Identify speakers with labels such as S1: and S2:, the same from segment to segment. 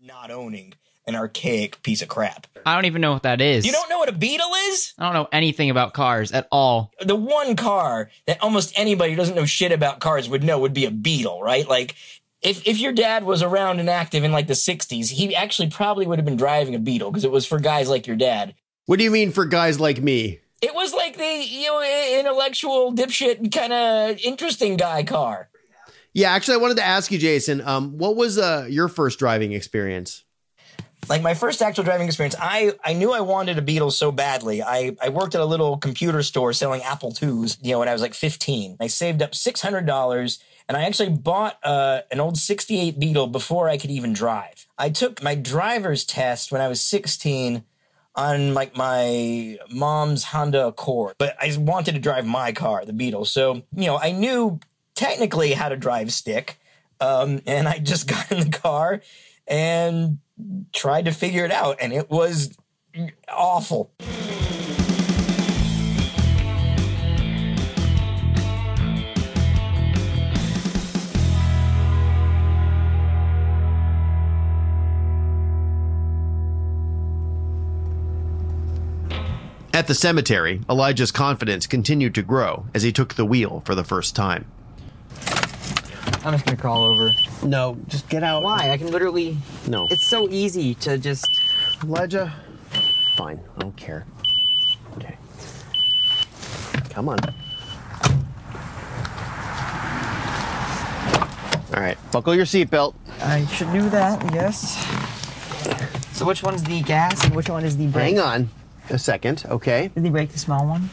S1: not owning an archaic piece of crap.
S2: I don't even know what that is.
S1: You don't know what a Beetle is?
S2: I don't know anything about cars at all.
S1: The one car that almost anybody who doesn't know shit about cars would know would be a Beetle, right? Like, if, if your dad was around and active in like the 60s, he actually probably would have been driving a Beetle because it was for guys like your dad.
S3: What do you mean for guys like me?
S1: It was like the, you know, i- intellectual, dipshit, kind of interesting guy car.
S3: Yeah, actually, I wanted to ask you, Jason. Um, what was uh, your first driving experience?
S1: like my first actual driving experience, I, I knew I wanted a Beetle so badly. I, I worked at a little computer store selling Apple IIs, you know, when I was like 15. I saved up $600 and I actually bought uh, an old 68 Beetle before I could even drive. I took my driver's test when I was 16 on like my mom's Honda Accord, but I wanted to drive my car, the Beetle. So, you know, I knew technically how to drive stick. Um, and I just got in the car and tried to figure it out and it was awful.
S3: At the cemetery, Elijah's confidence continued to grow as he took the wheel for the first time.
S4: I'm just gonna crawl over.
S3: No, just get out.
S4: Why? I can literally.
S3: No.
S4: It's so easy to just.
S3: Elijah. Fine, I don't care. Okay. Come on. All right, buckle your seatbelt.
S4: I should do that, yes. So which one's the gas and which one is the brake?
S3: Hang on a second, okay?
S4: Is the brake the small one?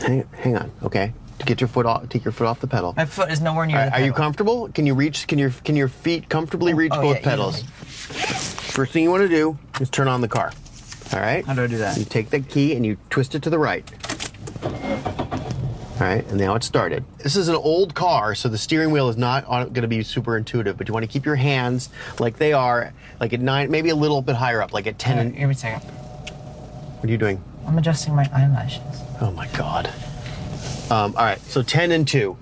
S3: Hang, hang on, okay? Get your foot off. Take your foot off the pedal.
S4: My foot is nowhere near.
S3: All
S4: the
S3: right, are you
S4: pedal.
S3: comfortable? Can you reach? Can your can your feet comfortably reach
S4: oh,
S3: both
S4: yeah,
S3: pedals? First thing you want to do is turn on the car. All right.
S4: How do I do that?
S3: You take the key and you twist it to the right. All right, and now it's started. This is an old car, so the steering wheel is not going to be super intuitive. But you want to keep your hands like they are, like at nine, maybe a little bit higher up, like at ten.
S4: Here,
S3: And,
S4: give me a second.
S3: what are you doing?
S4: I'm adjusting my eyelashes.
S3: Oh my god. Um, all right, so ten and two.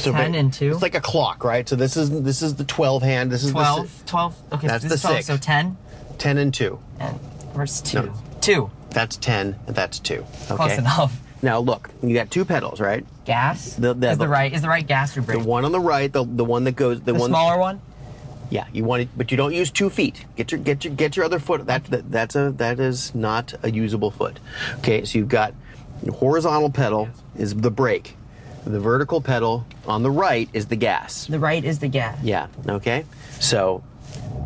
S3: So
S4: 10
S3: ba-
S4: and two?
S3: It's like a clock, right? So this is this is the twelve hand. This is the si-
S4: 12, 12. Okay,
S3: That's
S4: so this
S3: the
S4: is 12, so
S3: six.
S4: 10.
S3: 10 and 2.
S4: And where's 2?
S3: No.
S4: 2.
S3: That's 10, and that's 2. Okay.
S4: Close enough.
S3: Now look, you got two pedals, right?
S4: Gas?
S3: The- the-
S4: is
S3: the-
S4: the right is the right gas or
S3: The
S4: brake?
S3: one on the right, the, the one that goes the,
S4: The
S3: one
S4: smaller one?
S3: Yeah, you want it but you don't use two feet. Get your get your get your other foot. That, that that's a that is not a usable foot. Okay, so you've got your horizontal pedal is the brake. The vertical pedal on the right is the gas.
S4: The right is the gas.
S3: Yeah, okay? So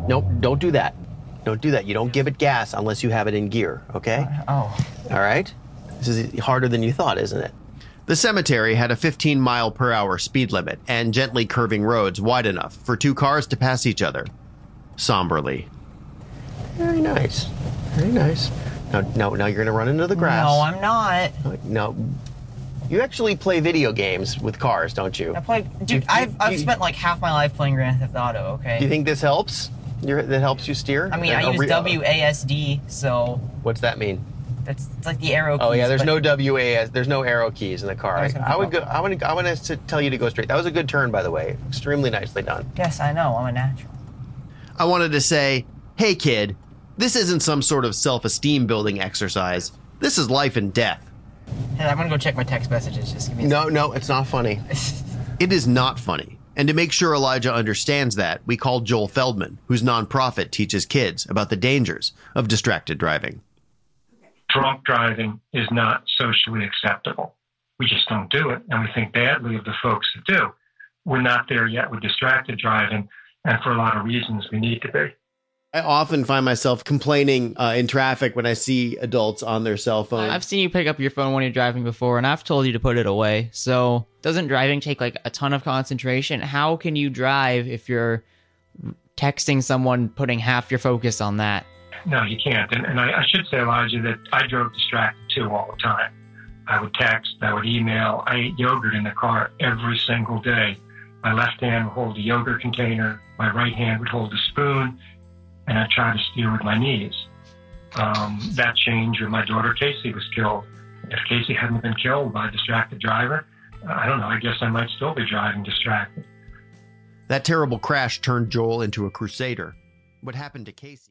S3: nope, don't do that. Don't do that. You don't give it gas unless you have it in gear, okay?
S4: Oh.
S3: All right. This is harder than you thought, isn't it? The cemetery had a 15 mile per hour speed limit and gently curving roads wide enough for two cars to pass each other. Somberly. Very nice. Very nice. Now, now, now you're going to run into the grass.
S4: No, I'm not.
S3: No. You actually play video games with cars, don't you?
S4: I played,
S3: You-
S4: dude. I've,
S3: you-
S4: I've
S3: you-
S4: spent like half my life playing Grand Theft Auto. Okay.
S3: Do you think this helps? Your, that helps you steer?
S4: I mean,
S3: Uh,
S4: I
S3: a
S4: use
S3: re-
S4: WASD, so
S3: What's that mean?
S4: that's it's like the arrow.
S3: Oh yeah,
S4: keys,
S3: there's
S4: but-
S3: no WAS. There's no arrow keys in the car.
S4: I
S3: I,
S4: was gonna
S3: would go.
S4: flip
S3: I want to. I want to tell you to go straight. That was a good turn, by the way. Extremely nicely done.
S4: Yes, I know. I'm a natural.
S3: I wanted to say, hey kid, this isn't some sort of self-esteem building exercise. This is life and death.
S4: Hey, I'm gonna go check my text messages. Just give me. a
S3: No, no, it's not funny. It is not funny. And to make sure Elijah understands that, we called Joel Feldman, whose nonprofit teaches kids about the dangers of distracted driving.
S5: drunk driving is not socially acceptable. We just don't do it, and we think badly of the folks that do. We're not there yet with distracted driving, and for a lot of reasons, we need to be.
S3: I often find myself complaining uh, in traffic when I see adults on their cell phones.
S2: I've seen you pick up your phone when you're driving before, and I've told you to put it away. So, doesn't driving take like a ton of concentration? How can you drive if you're texting someone, putting half your focus on that?
S5: No, you can't. And, and I, I should say, Elijah, that I drove distracted too all the time. I would text, I would email, I ate yogurt in the car every single day. My left hand would hold the yogurt container, my right hand would hold the spoon, and I tried to steer with my knees. Um, that changed when my daughter Casey was killed. If Casey hadn't been killed by a distracted driver, I don't know, I guess I might still be driving distracted.
S3: That terrible crash turned Joel into a crusader. What happened to Casey?